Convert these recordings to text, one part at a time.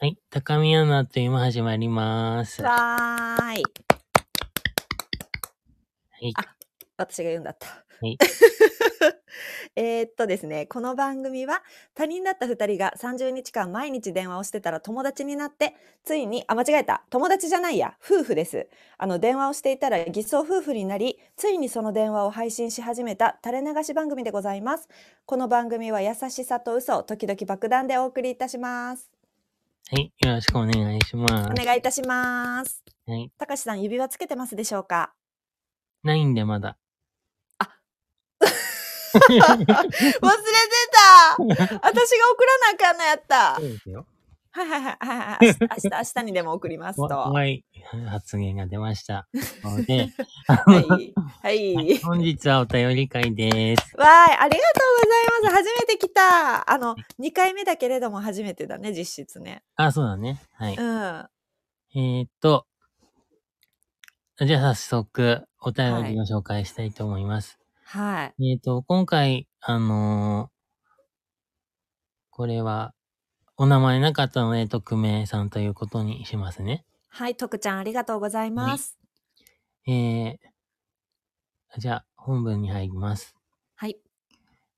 はい。高宮アナというも始まります。はわーい。い。あ私が言うんだったはい。 えーっとですね、この番組は他人だった2人が30日間毎日電話をしてたら友達になって、ついに、あ、間違えた。友達じゃないや。夫婦です。あの、電話をしていたら偽装夫婦になり、ついにその電話を配信し始めた垂れ流し番組でございます。この番組は優しさと嘘、時々爆弾でお送りいたします。はい。よろしくお願いします。お願いいたします。はい。たかしさん、指輪つけてますでしょうか ないんで、まだ。あそ忘れてた私が送らなあかんのやったうですよ。はいはいはいはいはい。明日、明日明日にでも送りますと。わは怖い発言が出ま した。なので、い。はい。はい本日はお便り会です。わーい、ありがとうございます。初めて来た。あの、2回目だけれども初めてだね、実質ね。あ、そうだね。はい。うん。はえーっと、じゃあ早速、お便りを紹介したいと思います。い。えーっと、今回、あのーこれは、お名前なかったので、匿名さんということにしますね。はい、徳ちゃんありがとうございます。えー、じゃあ、本文に入ります。はい。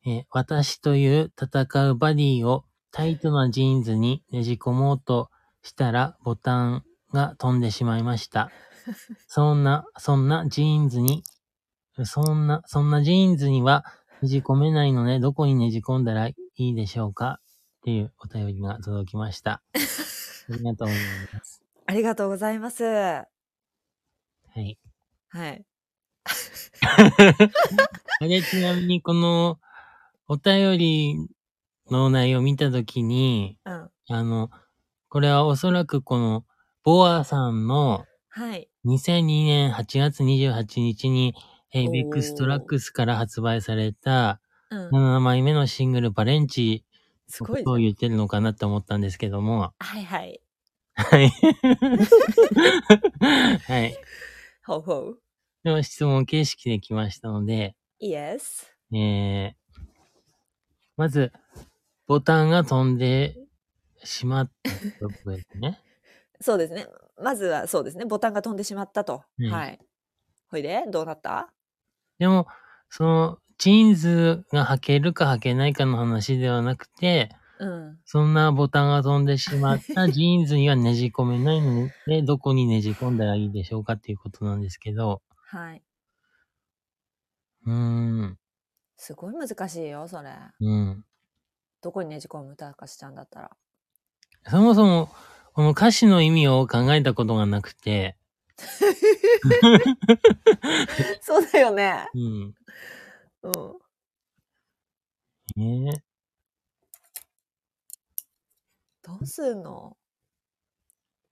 えー私という戦うバディをタイトなジーンズにねじ込もうとしたらボタンが飛んでしまいました。そんな、そんなジーンズに、そんな、そんなジーンズにはねじ込めないので、どこにねじ込んだらいいでしょうかっていうお便りが届きました。ありがとうございます。ありがとうございます。ははい。い。あれ、ちなみにこのお便りの内容を見たときに、うん。あの、これはおそらくこの、ボアさんのはい。 2002年8月28日に、エイおーベックストラックスから発売されたうん。 7枚目のシングルバレンチすのごこいとをね。言ってるのかなと思ったんですけど も。はいはい。はい。 はい。ほうほう。でも質問形式で来ましたので、イエス。えー、まず、ボタンが飛んでしまったということですね。 そうですね。まずはそうですね。ボタンが飛んでしまったと。うんはい。ほいで、どうなったでも、その、ジーンズが履けるか履けないかの話ではなくて、うん。そんなボタンが飛んでしまった ジーンズにはねじ込めないので、どこにねじ込んだらいいでしょうかっていうことなんですけど、はい。うーん、すごい難しいよ、それ。うん。どこにねじ込むたかしちゃんだったら。そもそも、この歌詞の意味を考えたことがなくて、そうだよね。うん。うん。ねえどうすんの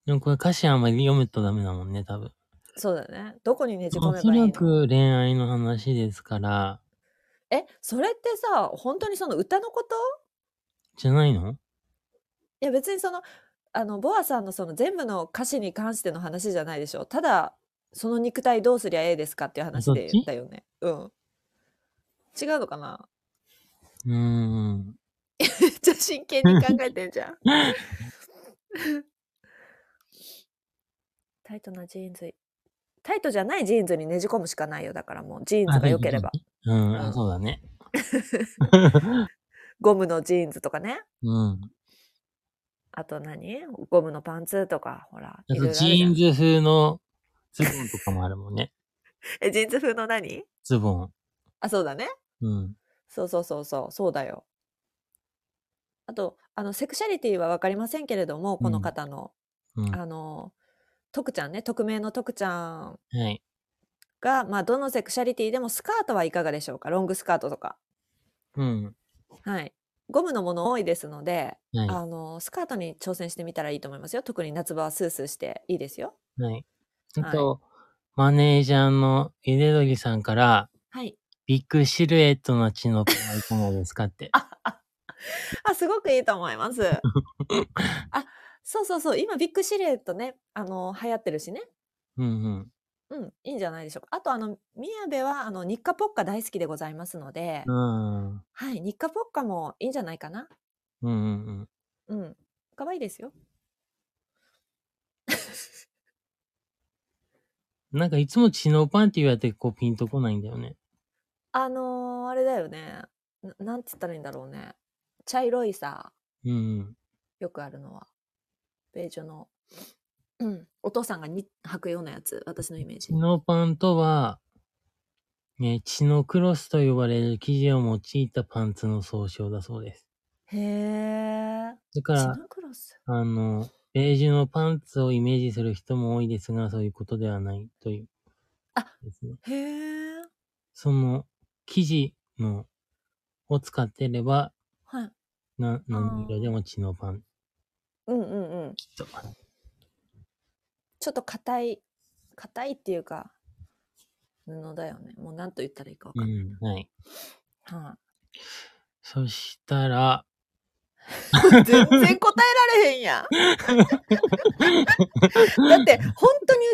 でもこれ歌詞あんまり読むとダメだもんね、多分。そうだよね。どこにねじ込おめそばいいらのく恋愛の話ですから、え、それってさ、本当にその歌のことじゃないのいや別にその、あの、ボアさんのその全部の歌詞に関しての話じゃないでしょ。ただ、その肉体どうすりゃええですかっていう話でそっちだよね。うん。違うのかなうーん。めっちゃ真剣に考えてんじゃん。タイトなジーンズ。タイトじゃないジーンズにねじ込むしかないよ。だからもうジーンズが良ければ。うん、うあんそうだね。ゴムのジーンズとかね。うん。あと何ゴムのパンツとか、ほら。あいろいとろあるジじゃんーンズ風のズボンとかもあるもんね。 え、ジーンズ風の何ズボン。あ、そうだね。うん。そうそうそうそう、そうだよ。あと、あの、セクシャリティはわかりませんけれども、こうのん方の、うん。はあの、徳ちゃんね、匿名の徳ちゃんい。が、まあ、どのセクシャリティでもスカートはいかがでしょうかロングスカートとか。うん。はい。ゴムのもの多いですので、はあの、スカートに挑戦してみたらいいと思いますよ。特に夏場はスースーしていいですよ。い。はい。あと、マネージャーのゆでどりさんから、はい。ビッグシルエットの血の子はいかがですか って。あ、あ、すごくいいと思います。あ、そうそうそう。今、ビッグシルエットね、あの、流行ってるしね。うんうん、いいんじゃないでしょうか。あと、あの、宮部は、あの、日課ポッカ大好きでございますのでう、ん。うん。はい、日課ポッカもいいんじゃないかな。うんうんうん。うん。可愛いですよ。なんかいつも知能パンって言われてこうピンとこないんだよね。あのー、あれだよね。ななんつったらいいんだろうね。茶色いさ、うん。よくあるのは。ベージュの。うん。お父さんがに履くようなやつ、私のイメージ知。能パンとは、ね、知能クロスと呼ばれる生地を用いたパンツの総称だそうです。へえ。だかシら、ナクロス。あの、ベージュのパンツをイメージする人も多いですが、そういうことではないという。あですね。へえ。その、生地の、を使ってれば、はい。な、何あー色でも知能パン、うんうんうん。きっと。ちょっと硬い、硬いっていうか、布だよね。もう何と言ったらいいかわかんうなん、い。はい。はそしたら、い 全然答えられへんやん。 だって、本当に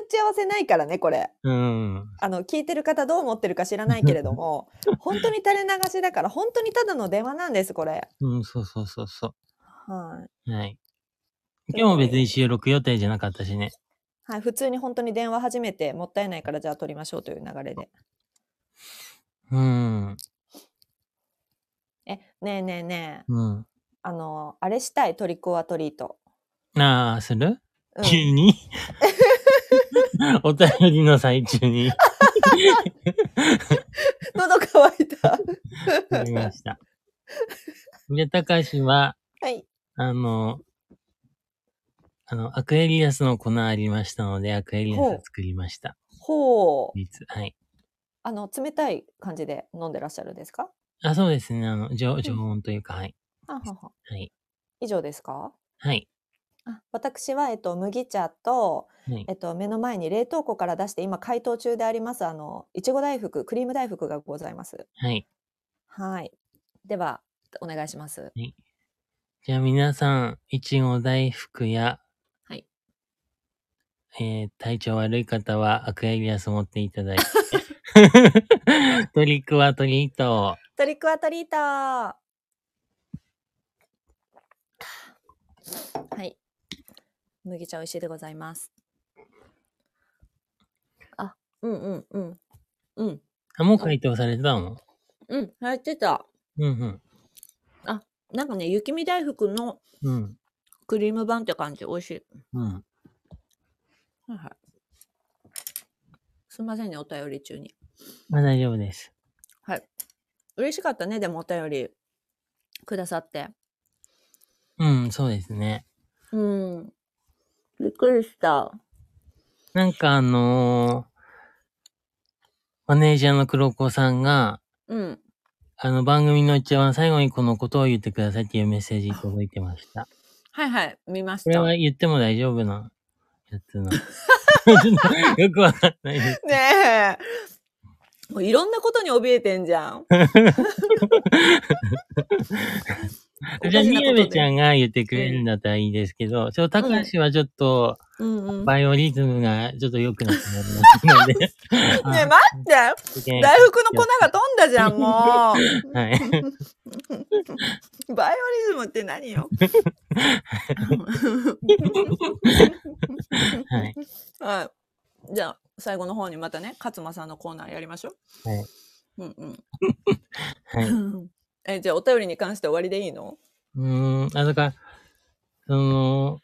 打ち合わせないからね、これ。うん、あの、聞いてる方どう思ってるか知らないけれども、 本当に垂れ流しだから、本当にただの電話なんです、これ。うん、そうそうそうそはう。はい。今日も別に収録予定じゃなかったしね。い。はい、普通に本当に電話始めて、もったいないから、じゃあ取りましょうという流れで。うん、え、ねえねえねえ、うん。あの、あれしたい、トリコアトリート。ああ、するうん急にお便りの最中に 喉乾いた。なりました。で、たかしは、 はい。あの、あの、アクエリアスの粉ありましたので、アクエリアスほう作りました。ほう。いつはい。あの、冷たい感じで飲んでらっしゃるんですかあ、そうですね。あの、常常温というか、はい。はんはんはんはい。以上ですかはい。あ私は、えっと、麦茶と、はいえ。っと、目の前に冷凍庫から出して、今、解凍中であります、あの、いちご大福、クリーム大福がございます。はい。はい。では、お願いします。じゃあ皆さん、いちご大福や、はい。えー、体調悪い方はアクエリアス持っていた だいて、 トリックはトリートを。トリックアトリートはい。麦茶美味しいでございます。あ、うんうんうん。うん。あ、もう回答されてたのうん。入ってた。うんなんかね、雪見大福のうん。うん。クリーム版って感じ、美味しい。うん。はいはい。すみませんね、お便り中に。まあ大丈夫です。嬉しかったね、でもお便りくださって。うん、そうですね。うん。びっくりした。なんかあのーマネージャーの黒子さんが、うん。あの番組の一番最後にこのことを言ってくださいっていうメッセージ届いてました。はいはい、見ましこれた。はね言っても大丈夫なやつ なの。よくわかんないです。え。もういろんなことに怯えてんじゃん。じゃあ、みやおかしなことでべちゃんが言ってくれるんだったらいいですけど、ちょ、たかしはちょっと、うんうん。ねバイオリズムがちょっと良くなってなります のえ、で。待ってね大福の粉が飛んだじゃん、もう。はい。バイオリズムって何よ。はい。はい。じゃあ、最後の方にまたね、勝間さんのコーナーやりましょう。はい。うんうん。はい。う え、じゃあ、お便りに関して終わりでいいのーん、あ、だから、その、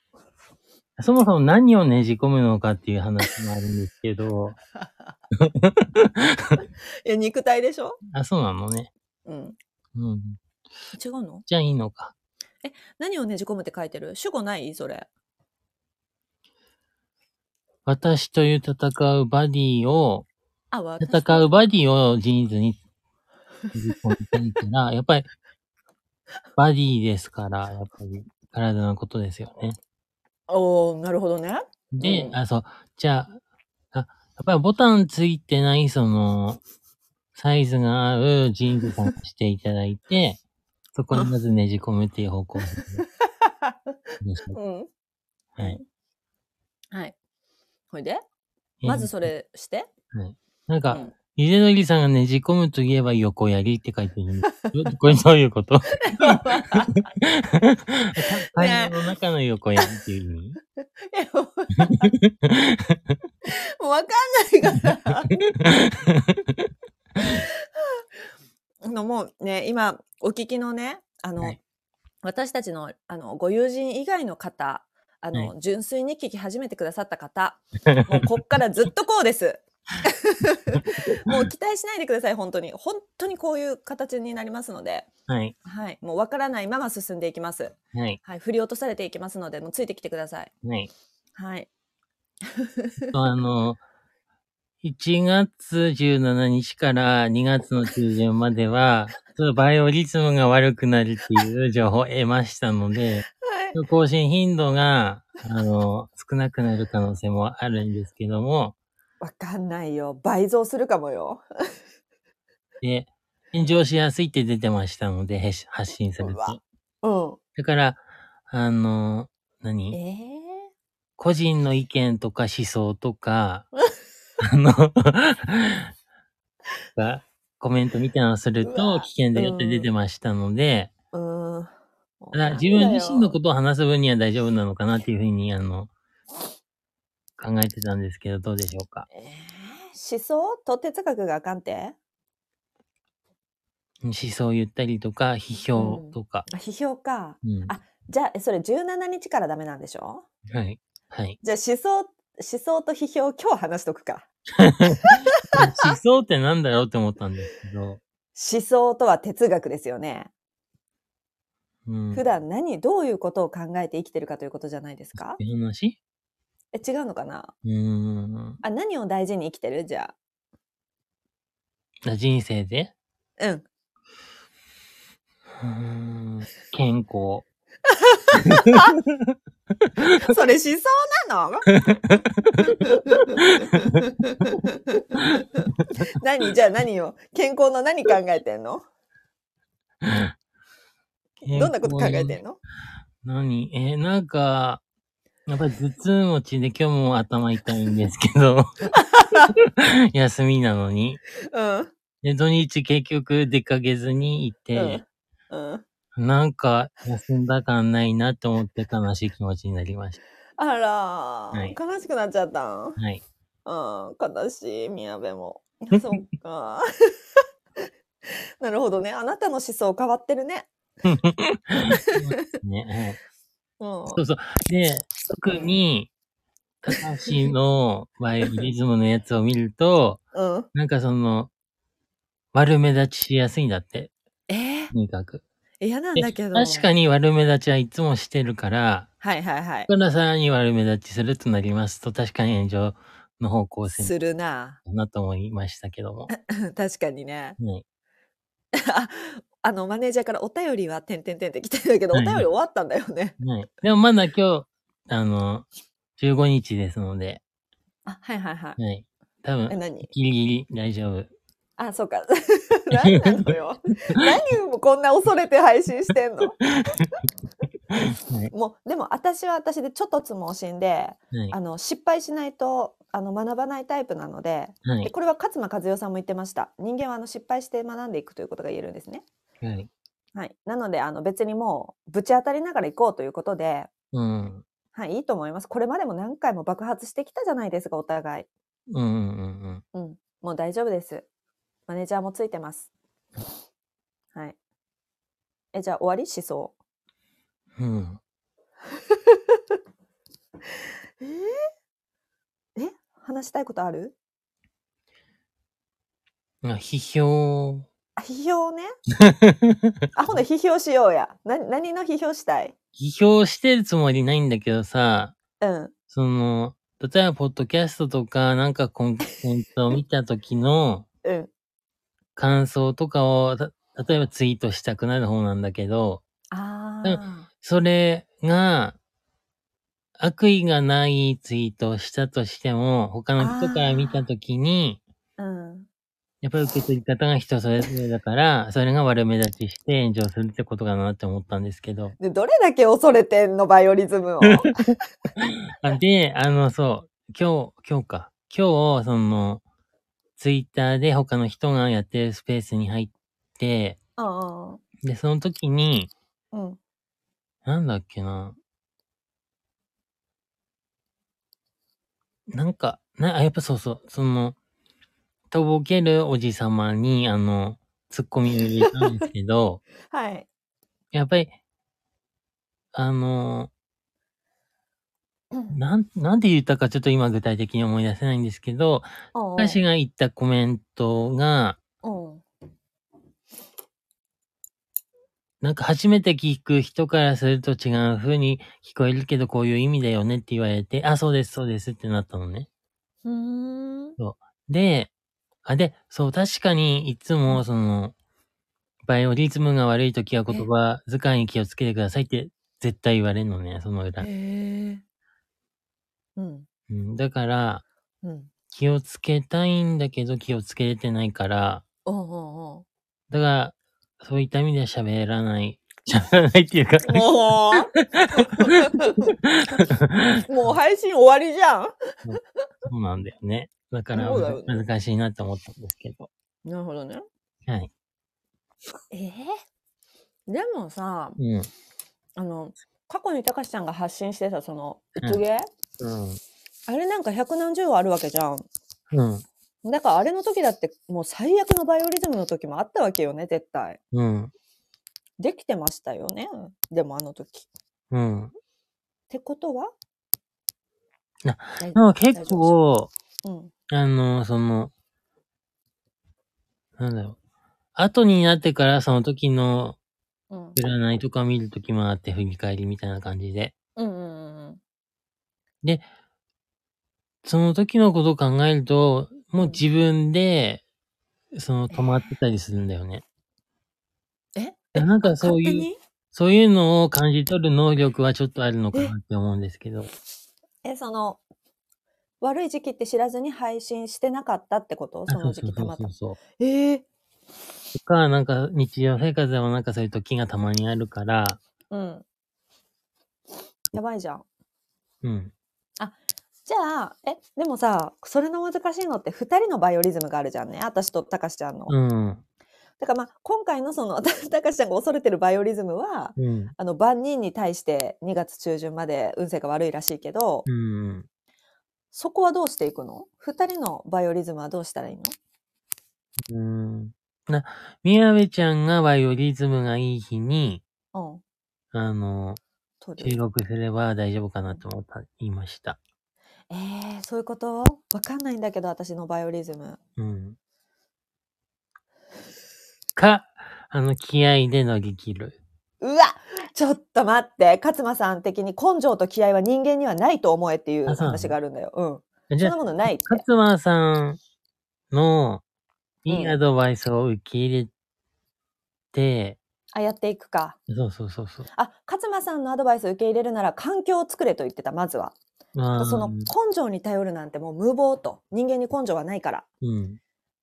そもそも何をねじ込むのかっていう話もあるんですけ ど、いや、肉体でしょあ、そうなのね。うん。うん。違うのじゃあいいのか。何をねじ込むって書いてる主語ないそれ。私という戦うバディを、あ、わ戦うバディをジーンズに入れ込んでいたら、やっぱり、バディですから、やっぱり、体のことですよね。おー、なるほどね。で、うんあ、そう、じゃあ、あ、やっぱりボタンついてない、その、サイズが合うジーンズ探していただい て、そこにまずねじ込むっていう方向でしょううん。か。はい。はい。ほいで、まずそれして。なんうか、ん、 ゆでのりさんがねじ込むといえば横やりって書いてるんですけど。これどういうこと会話の中の横やりっていう意味えもうわかんないから。 あのもうね、今お聞きのね、あの、はい私たちのあのご友人以外の方、あの、純粋に聞き始めてくださった方、もうこっからずっとこうです。もう期待しないでください、本当に。本当にこういう形になりますので、 はい。はい、もうわからないまま進んでいきます。はい。はい、振り落とされていきますので、もうついてきてください。 はい。はい。あの、1月17日から2月の中旬まで は、ちょっとバイオリズムが悪くなるっていう情報を得ましたので、はい。更新頻度が、あの、少なくなる可能性もあるんですけども、わかんないよ。倍増するかもよ。で、炎上しやすいって出てましたので、へし発信されてう。わうん。だから、あの、何ええ個人の意見とか思想とか、 あの、がコメントみたいなのをするうとわ危険だよって出てましたので、うん。ただ自分自身のことを話す分には大丈夫なのかなっていうふうに、あの、考えてたんですけど、どうでしょうか。ええ思想と哲学があかんて思想を言ったりとか、批評とか。あ批評か。うん。あじゃあ、えそれ17日からダメなんでしょはい。はい。じゃあ思想、思想と批評を今日話しとくか。思想ってなんだろうって思ったんですけど、思想とは哲学ですよね。うん。普段何、どういうことを考えて生きてるかということじゃないですかって話え、違うのかなうーん。あ、何を大事に生きてるじゃあ人生であ。うん。うーん健康。 それ思想なの何じゃあ何を健康の何考えてんの どんなこと考えてんのの何えーなんか、やっぱり頭痛持ちで今日も頭痛いんですけど、 休みなのに。うん。で、土日結局出かけずにいて、うん。うん。なんか休んだ感ないなと思って悲しい気持ちになりましあら、はい悲しくなっちゃったんた。はい。うん。悲しい、宮部 も。そっか。 なるほどね。あなたの思想変わってるね。ね、はい。うん。そうそう。で、特に、高橋のバイオリズムのやつを見ると、うん。なんかその、悪目立ちしやすいんだって、えーとにかく。嫌なんでだけど。確かに。に悪目立ちはいつもしてるから、はいはいはいこ。れからさらに悪目立ちするとなりますと、確かに炎上の方向性するな。だなと思いましたけども。確かにね。はい、 ああのマネージャーからお便りは点点点って来てるんだけど、はいお便り終わったんだよね。はい。でもまだ今日、あの、15日ですので、あ、はいはいはい。はい。多え、分、何ギリギリ大丈夫。あ、そうか。 何なのよ。何もこんな恐れて配信してんの。はい。もう、でも私は私でちょっとつ盲信で、はいあ。の、失敗しないと、あの、学ばないタイプなので、はでい。これは勝間和代さんも言ってました。人間はあの失敗して学んでいくということが言えるんですね。はい。はい。なので、あの、別にもう、ぶち当たりながら行こうということで、うん。はい、いいと思います。これまでも何回も爆発してきたじゃないですか、お互い。うんうんうんうん。うん、もう大丈夫です。マネージャーもついてます。はい。え、じゃあ終わり思想。うん。ええ話したいことあるあ批評。あ、批評ね。あ、ほんで批評しようや。な、何の批評したい批評してるつもりないんだけどさ、うん。その、例えば、ポッドキャストとか、なんかコンテンツを見た時のうん。感想とかを、た例えばツイートしたくなる方なんだけど、あうあ。それが、悪意がないツイートをしたとしても、他の人から見た時に、うん。やっぱり受け取り方が人それぞれだから、それが悪目立ちして炎上するってことかなって思ったんですけど。で、どれだけ恐れてんの、バイオリズムを。あで、あの、そう、今日、今日か。今日、その、ツイッターで他の人がやってるスペースに入って、あで、その時に、あ。うん。なんだっけな。なんか、な、あ、やっぱそうそう、その、とぼけるおじさまに、あの、ツッコミを入れたんですけど、はい。やっぱり、あの、なん、なんで言ったかちょっと今具体的に思い出せないんですけど、私が。が言ったコメントが、うんなんか初めて聞く人からすると違う風に聞こえるけどこういう意味だよねって言われて、あ、そうです、そうですってなったのね。ふーん。で、あ、で、そう、確かにいつもその、バイオリズムが悪い時は言葉遣いに気をつけてくださいって絶対言われるのね、その裏。へえ。うん。うん、だから、うん。気をつけたいんだけど気をつけれてないから、おうおうだから、そういった意味では喋らない。喋らないっていうか、おう。もうもう配信終わりじゃん。そうなんだよね。だからそうだよね難しいなと思ったんですけど。なるほどね。はい。ええでもさ、うん。あの、過去にたかしちゃんが発信してたその、うつげ、あれなんか百何十話あるわけじゃん。うん。うん。だからあれの時だってもう最悪のバイオリズムの時もあったわけよね、絶対。うん。できてましたよね。でもあの時。っうん。てことはな大なんか結構、うん。あの、その、なんだろう。後になってからその時のうん。占いとか見る時もあって振り返りみたいな感じで。うんうんうんその時のことを考えると、もう自分で、その止まってたりするんだよね。うん。えなんかそう勝手いう、にそういうのを感じ取る能力はちょっとあるのかなって思うんですけど。え、その、悪い時期って知らずに配信してなかったってことあその時期たまたそうそうそうま。そう。ええとか、なんか日常生活でもなんかそういう時がたまにあるから、うん。やばいじゃん。うん。じゃあ、え、でもさ、それの難しいのって2人のバイオリズムがあるじゃんね。私とたかしちゃんの。うん。だからまあ、今回のその、 たたかしちゃんが恐れてるバイオリズムは、うん。あの、万人に対して2月中旬まで運勢が悪いらしいけど、うん。そこはどうしていくの ?2 人のバイオリズムはどうしたらいいのうん。な、宮部ちゃんがバイオリズムがいい日に、うん。あの、取収る。録すれば大丈夫かなと思った、言いました。えー、そういうことわかんないんだけど、私のバイオリズム。うん。か、あの、気合で乗り切る。うわちょっと待って、勝間さん的に根性と気合は人間にはないと思えっていうあそうなの話があるんだよ。うん。じそゃんなあ、ものないって。勝間さんのいいうんアドバイスを受け入れて、あ、やっていくか。そうそうそうそう。あ、勝間さんのアドバイスを受け入れるなら環境を作れと言ってた、まずは。まその根性に頼るなんてもう無謀と。人間に根性はないから。うん。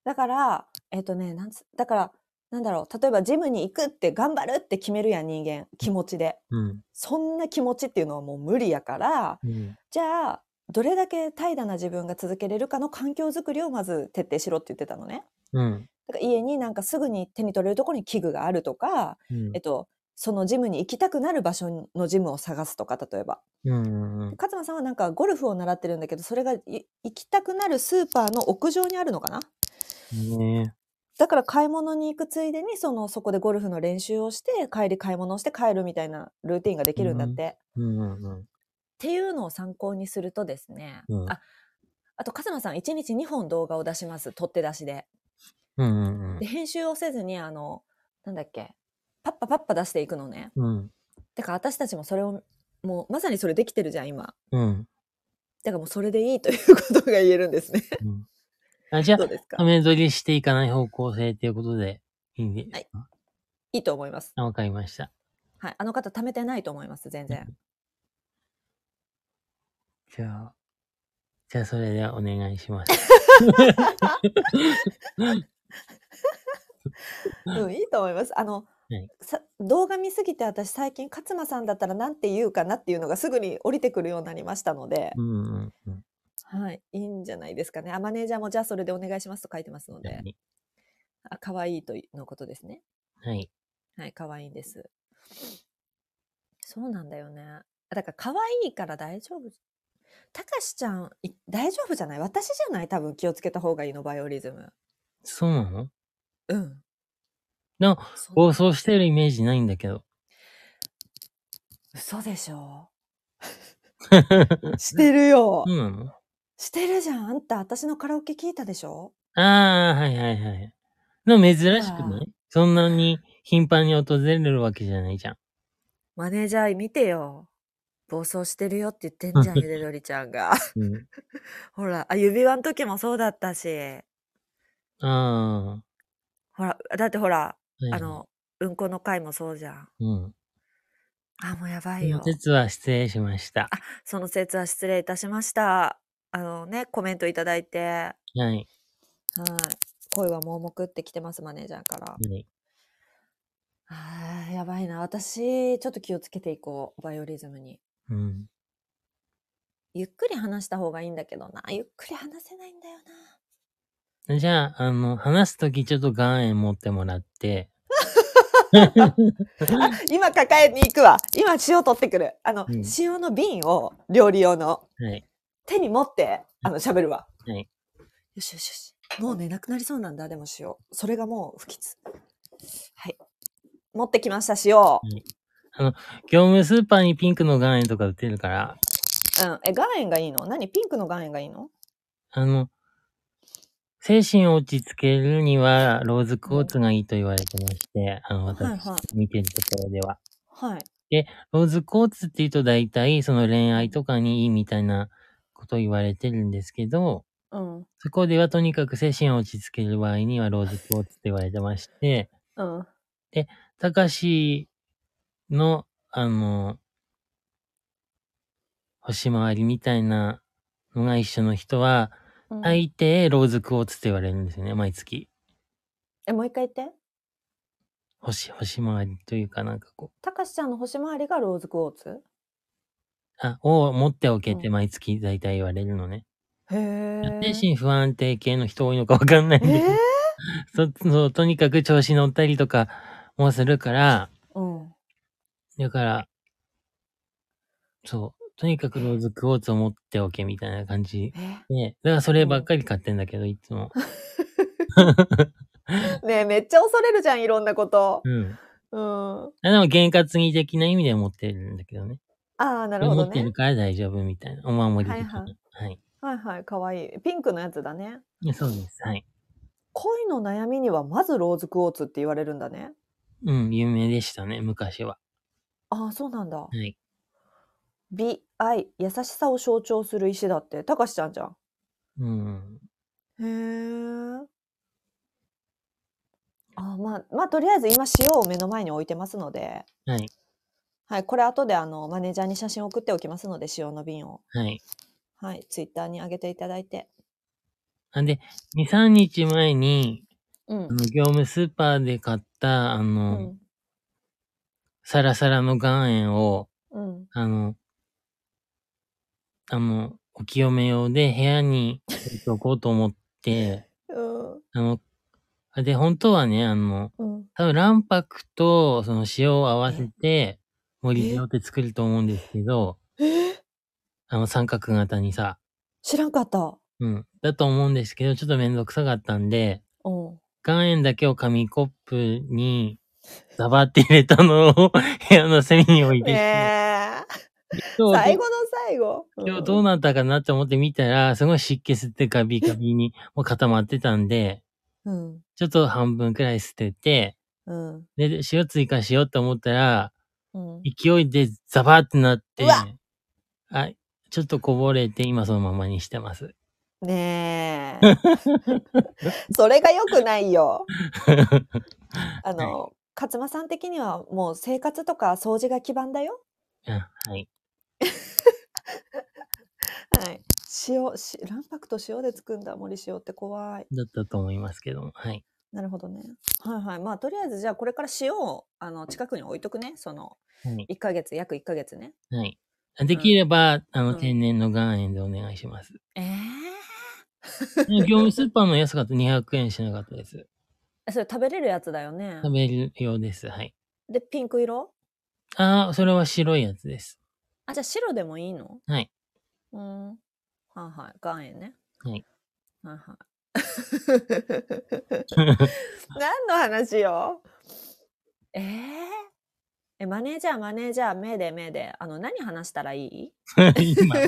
だから、えっ、とね、なんつ、だから、なんだろう、例えばジムに行くって頑張るって決めるやん、人間。気持ちで。うん。そんな気持ちっていうのはもう無理やから、うん。じゃあ、どれだけ怠惰な自分が続けれるかの環境づくりをまず徹底しろって言ってたのね。うん。だから家になんかすぐに手に取れるところに器具があるとか、うんえっと、そのジムに行きたくなる場所のジムを探すとか、例えば。うん。勝間さんはなんかゴルフを習ってるんだけど、それがい行きたくなるスーパーの屋上にあるのかなねだから買い物に行くついでに、その、そこでゴルフの練習をして、帰り買い物をして帰るみたいなルーティンができるんだって。っうん。うん。ていうのを参考にするとですね、うんあ、あと、勝間さん、1日2本動画を出します。取って出しで。うん。で、編集をせずに、あの、なんだっけ、パッパパッパ出していくのね。うん。だから私たちもそれを、もうまさにそれできてるじゃん、今。うん。だからもうそれでいいということが言えるんですね。 あ、じゃどうですかあ、雨取りしていかない方向性ということで、いいんですか、いいと思います。あわかりました。はい。あの方、貯めてないと思います、全然。じゃあ、じゃあ、それではお願いします。うん、いいと思います。あの、はいさ動画見すぎて私最近勝間さんだったらなんて言うかなっていうのがすぐに降りてくるようになりましたので う、ん。うん。うんはい、いいんじゃないですかね。あマネージャーもじゃあそれでお願いしますと書いてますので、あ可愛いというのことですね。はい。はい、可愛いんです。そうなんだよね。あだから可愛いから大丈夫。たかしちゃん、い大丈夫じゃない私じゃない多分気をつけた方がいいの、バイオリズム。そうなのうん。なそ暴走してるイメージないんだけど。嘘でし ょ。そしてるよ。うなのしてるじゃん。あんた、私のカラオケ聞いたでしょああ、はいはいはい。でも珍しくあなーいそんなに頻繁に訪れるわけじゃないじゃん。マネージャー見てよ。暴走してるよって言ってんじゃん、ゆでどりちゃんが。 うん、ほら、あ、指輪の時もそうだったし。あほら、だってほら、あ、はいはいあ、の、うんこの回もそうじゃん。うん。あ、もうやばそいよの。説は失礼しました。その説は失礼いたしました。あのね、コメントいただいて、はい。はい。恋は盲目って来てます、マネージャーから。はいあーやばいな。私、ちょっと気をつけていこう。バイオリズムに。うん。ゆっくり話した方がいいんだけどな。ゆっくり話せないんだよな。 じゃあ、あの、話すときちょっと岩塩持ってもら って、今抱えに行くわ。今塩取ってくる。あの、うん塩の瓶を料理用のはい。手に持って、あの、喋るわ。はい。よしよしよし。もうね、なくなりそうなんだ、でも塩。それがもう不吉。はい。持ってきました、塩。うん業務スーパーにピンクの岩塩とか売ってるから、。え、岩塩がいいの何ピンクの岩塩がいいのあの、精神を落ち着けるには、ローズクォーツがいいと言われてまして、あの、はい私、はい。見てるところでは。はい。ローズクォーツって言うと大体、その恋愛とかにいいみたいなこと言われてるんですけど、うん。うん。そこではとにかく精神を落ち着ける場合には、ローズクォーツって言われてまして、はたかしの、あの、星回りみたいなのが一緒の人は、い。大抵ローズクォーツって言われるんですよね、毎月。え、もう一回言って。星、星回りというかなんかこう、たかしちゃんの星回りがローズクォーツあ、を持っておけっうてん毎月大体言われるのね。へ精え。神不安定系の人多いのかわかんないんえで、ーそ そう、とにかく調子乗ったりとかもするから、うん。だから、そう、とにかくローズクォーツを持っておけみたいな感じえねだからそればっかり買ってんだけど、いつ も。ねえ、めっちゃ恐れるじゃん、いろんなこと。うん。うん。あでも、験担ぎ的な意味で持ってるんだけどね。ああ、なるほど持ってねる。から大丈夫みたいな。お守り的はいはな。はい。はいはい、かわいい。ピンクのやつだね。そうです。はい。恋の悩みにはまずローズクォーツって言われるんだね。うん、有名でしたね、昔は。ああ、そうなんだ。はい。美、愛、優しさを象徴する石だって、たかしちゃんじゃん。うん。へえ。あーまあ、まあ、とりあえず今塩を目の前に置いてますので、はい。はい、これ後であの、マネージャーに写真送っておきますので、塩の瓶を。はい。はい、ツイッターに上げていただいて。なんで、2、3日前に、うんあ。の、業務スーパーで買った、あうの、ん。サラサラの岩塩を、うん。あの、あの、お清め用で部屋に置いとこうと思って、うん。あの、あで、本当はね、あの、うん。多分卵白とその塩を合わせて、森塩って作ると思うんですけど、えあの三角型にさ、知らんかった。うん、だと思うんですけど、ちょっとめんどくさかったんで、うん。岩塩だけを紙コップに、ザバって入れたのを 部屋の隅に置いてきて、ねえ。今日最ど後の最後。今日どうなったかなって思って見たら、すごい湿気吸ってカビカビにもう固まってたんで、うん。ちょっと半分くらい捨てて、うん。で、塩追加しようと思ったら、うん。勢いでザバーってなってうわ、はい。ちょっとこぼれて、今そのままにしてます。 ねえ。それが良くないよ。あの、勝間さん的にはもう生活とか掃除が基盤だよ。あはい。はい。塩、し卵白と塩で作るんだ、森塩って怖い。だったと思いますけども。はい。なるほどね。はいはい。まあ、とりあえずじゃあこれから塩をあの近くに置いとくね。その、はい。 1ヶ月、約1ヶ月ね。はい。あできれば、あうの、ん天然の岩塩でお願いし ます。ええ業務スーパーの安かった200円しなかったです。それ食べれるやつだよね。食べるようです。はい。で、ピンク色ああ、それは白いやつです。 あ、じゃあ白でもいいのはい。うん。はいはい。岩塩ね。はい。はいはい。何の話よえー、え、マネージャー、マネージャー、目で目で、あの、何話したらいい 今、な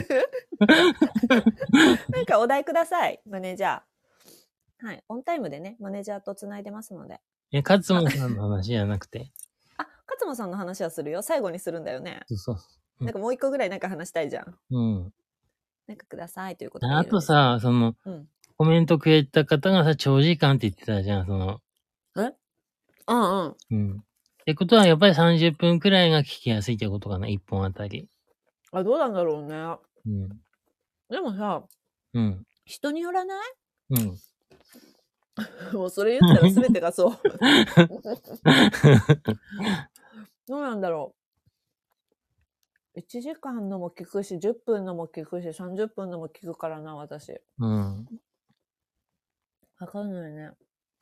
んかお題ください、マネージャー。はい。オンタイムでね、マネージャーとつないでますので。え、勝間さんの話じゃなくて。あ、勝間さんの話はするよ。最後にするんだよね。そうそうそうんなんかもう一個ぐらいなんか話したいじゃん。う。うん。なんかくださいということで。あと、さ、その、うん。コメントくれた方がさ、長時間って言ってたじゃん、その、うんうん。うん。ってことは、やっぱり30分くらいが聞きやすいってことかな、1本あたり。あ、どうなんだろうね。うん。でもさ、うん。人によらないうん。 もうそれ言ったら全てが そう。どうなんだろう。1時間のも聞くし、10分のも聞くし、30分のも聞くからな、私。うん。わかんないね。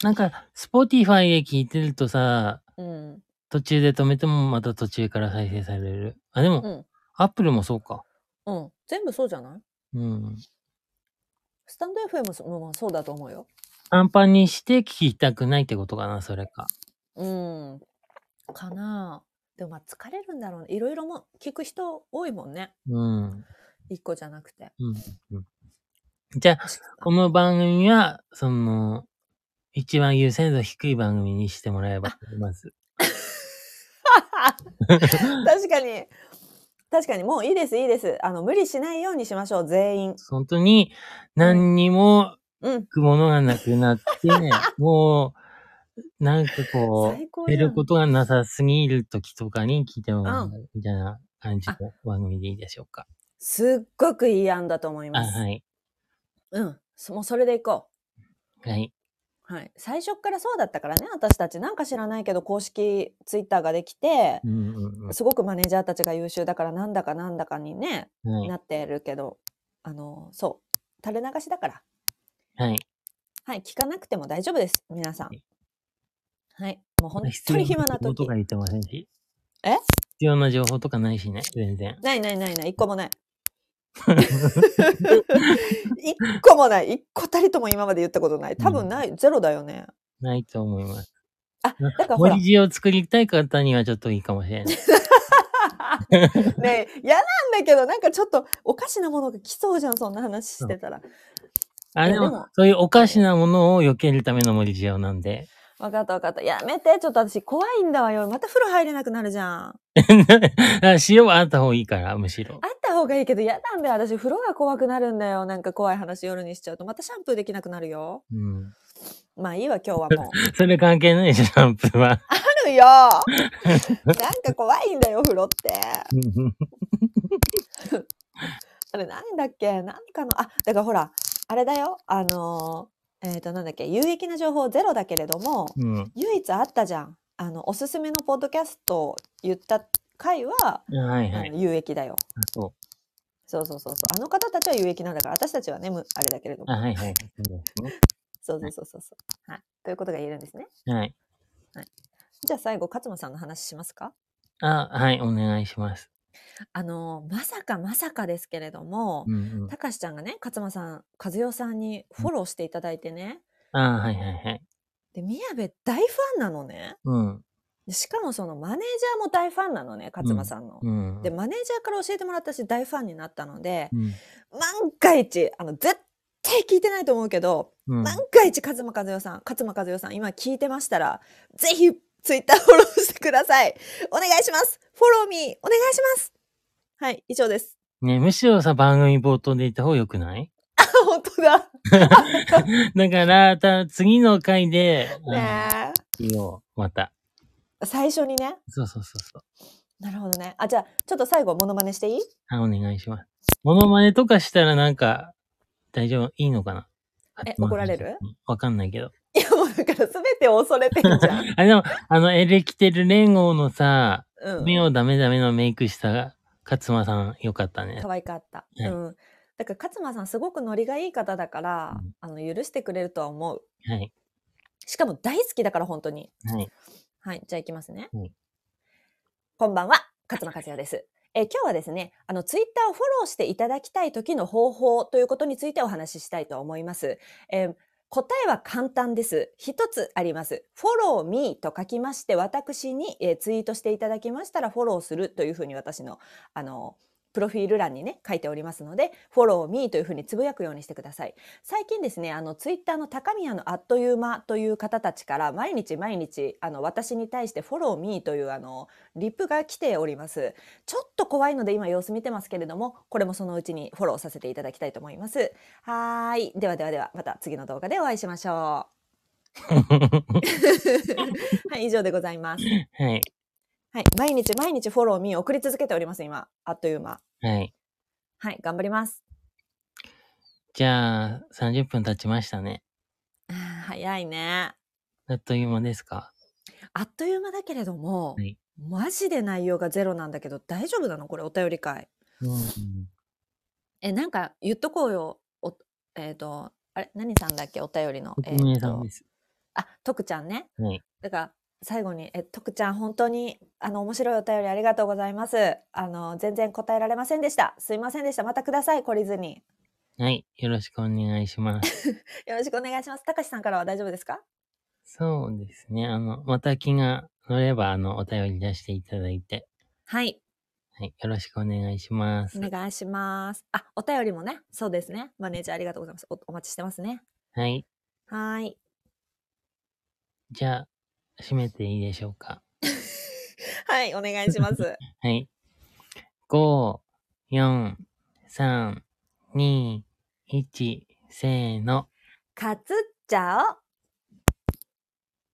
なんか、スポティファイで聞いてるとさ、うん。途中で止めてもまた途中から再生される。あ、でも、うん。アップルもそうか。うん。全部そうじゃないうん。スタンド FM もそうだと思うよ。短パンにして聞きたくないってことかな、それか。うん。かなぁ。でもまあ疲れるんだろうね。いろいろも聞く人多いもんね。うん。一個じゃなくて。じゃあ、この番組は、その、一番優先度低い番組にしてもらえばと思います。確かに。確かに、もういいです、いいです。あの、無理しないようにしましょう、全員。本当に、何にもうん。聞くものがなくなって、もう、なんかこう、最高出じゃるんことがなさすぎる時とかに聞いてもらうみたいな感じの番組でいいでしょうか。すっごくいい案だと思いあ、ます。はい。うん。そもうそれでいこはい。う。はい。最初っからそうだったからね、私たち。なんか知らないけど、公式ツイッターができて、うんうんすごくマネージャーたちが優秀だから、なんだかなんだかにね、うん。はい。なってるけど、あの、そう。垂れ流しだから。はい。はい。聞かなくても大丈夫です、皆さん。はい。もう本必当要にな暇な情報と時か。言ってませんし。え必要な情報とかないしね、全然。ないないないない、一個もない。一個もない。一個たりとも今まで言ったことない。多分ない、ゼロだよね。ないと思います。あ、だか らほら、文ね字を作りたい方にはちょっといいかもし れない。え嫌なんだけど、なんかちょっとおかしなものが来そうじゃん、そんな話してたら。あ、いでやでもも、そういうおかしなものを避けるための文字をなんで。わかったわかった。やめて、ちょっと私怖いんだわよ。また風呂入れなくなるじゃん。ああ塩はあった方がいいから、むしろ。った方がいいけど嫌なんだよ。私風呂が怖くなるんだよ。なんか怖い話夜にしちゃうと。またシャンプーできなくなるよ。うん。まあいいわ、今日はもう。それ関係ないでしょ、シャンプーは。あるよなんか怖いんだよ、風呂って。あれなんだっけなんかの、あ、だからほら、あれだよ。あのーえっ、となんだっけ、有益な情報ゼロだけれども、うん。唯一あったじゃん。あの、おすすめのポッドキャストを言った回は、はいあはい。の有益だよ。あそそうそうそうそう。あの方たちは有益なんだから、私たちはね、むあれだけれどう。あ、も。はいはい。そうですそうそうそうそうそう。はい。ということが言えるんですね。ね。はい。じゃあ最後、勝間さんの話しますかあ、はい、お願いします。あのーまさかまさかですけれどもう、んたかしちゃんがね、勝間さん、和代さんにフォローしていただいてね、うん。あ、はいはいはい。で、宮部大ファンなのね。うん。でしかもそのマネージャーも大ファンなのね、勝間さんの。うん。で、マネージャーから教えてもらったし、大ファンになったので、うん、万が一、あの、絶対聞いてないと思うけど、うん。万が一、勝間和代さん、勝間和代さん、今聞いてましたら、ぜひ、ツイッター フォローしてください。お願いします。フォローミー、お願いします。はい、以上です。 ね、むしろさ、番組冒頭で言った方が良くない あ、本当だ。だから、た次の回で、あねのいいよまた。え。最初にね。そうそうそうそう。なるほどね。あ、じゃあ、ちょっと最後、モノマネしていい あ、お願いします。モノマネとかしたらなんか、大丈夫いいのかなえ怒られるわかんないけど。いや、もうだから、すべてを恐れてんじゃん。 あ、でも、あの、エレキテル連合のさ、うん。目をダメダメのメイクした勝間さん、よかったね。可愛かった。はいうん。だから勝間さんすごくノリがいい方だから、うんあの許してくれるとは思う。はい。しかも大好きだから本当に。はい。はい、じゃあ行きますね。うんこんばんは、勝間和也です。えー今日はですね、あの、ツイッターをフォローしていただきたい時の方法ということについてお話ししたいと思います。えー答えは簡単です。一つあります。follow me と書きまして、私に、えーツイートしていただきましたらフォローするというふうに私の、あの、プロフィール欄にね、書いておりますので、follow me というふうにつぶやくようにしてください。最近ですね、あの、ツイッターの高宮のあっという間という方たちから、毎日毎日、あの、私に対して follow me という、あの、リップが来ております。ちょっと怖いので今様子見てますけれども、これもそのうちにフォローさせていただきたいと思います。はーい。ではではでは、また次の動画でお会いしましょう。 はい、以上でございます。 はい。はい、毎日毎日フォローミー送り続けております、今。あっという間。はい。はい、頑張ります。じゃあ、30分経ちましたね。あー早いね。あっという間ですかあっという間だけれども、はいマジで内容がゼロなんだけど、大丈夫なのこれ、お便り会。うん。え、なんか言っとこうよ。おえっ、と、あれ何さんだっけお便りの。え匿名ーさんとです。あ、徳ちゃんね。はい。だから最後に「え徳ちゃん本当にあの面白いお便りありがとうございますあの全然答えられませんでしたすいませんでしたまたください懲りずにはい。よろしくお願いします。 よろしくお願いしますたかしさんからは大丈夫ですかそうですね。あの、また気が乗れば、あの、お便り出していただいて。はいはい。よろしくお願いしますお。願いしますあお便りもねそうですねマネージャーありがとうございますおお待ちしてますねはい。はーいじゃあ、閉めていいでしょうか。はいお願いしますはい。5、4、3、2、1、せーの。かつっちゃお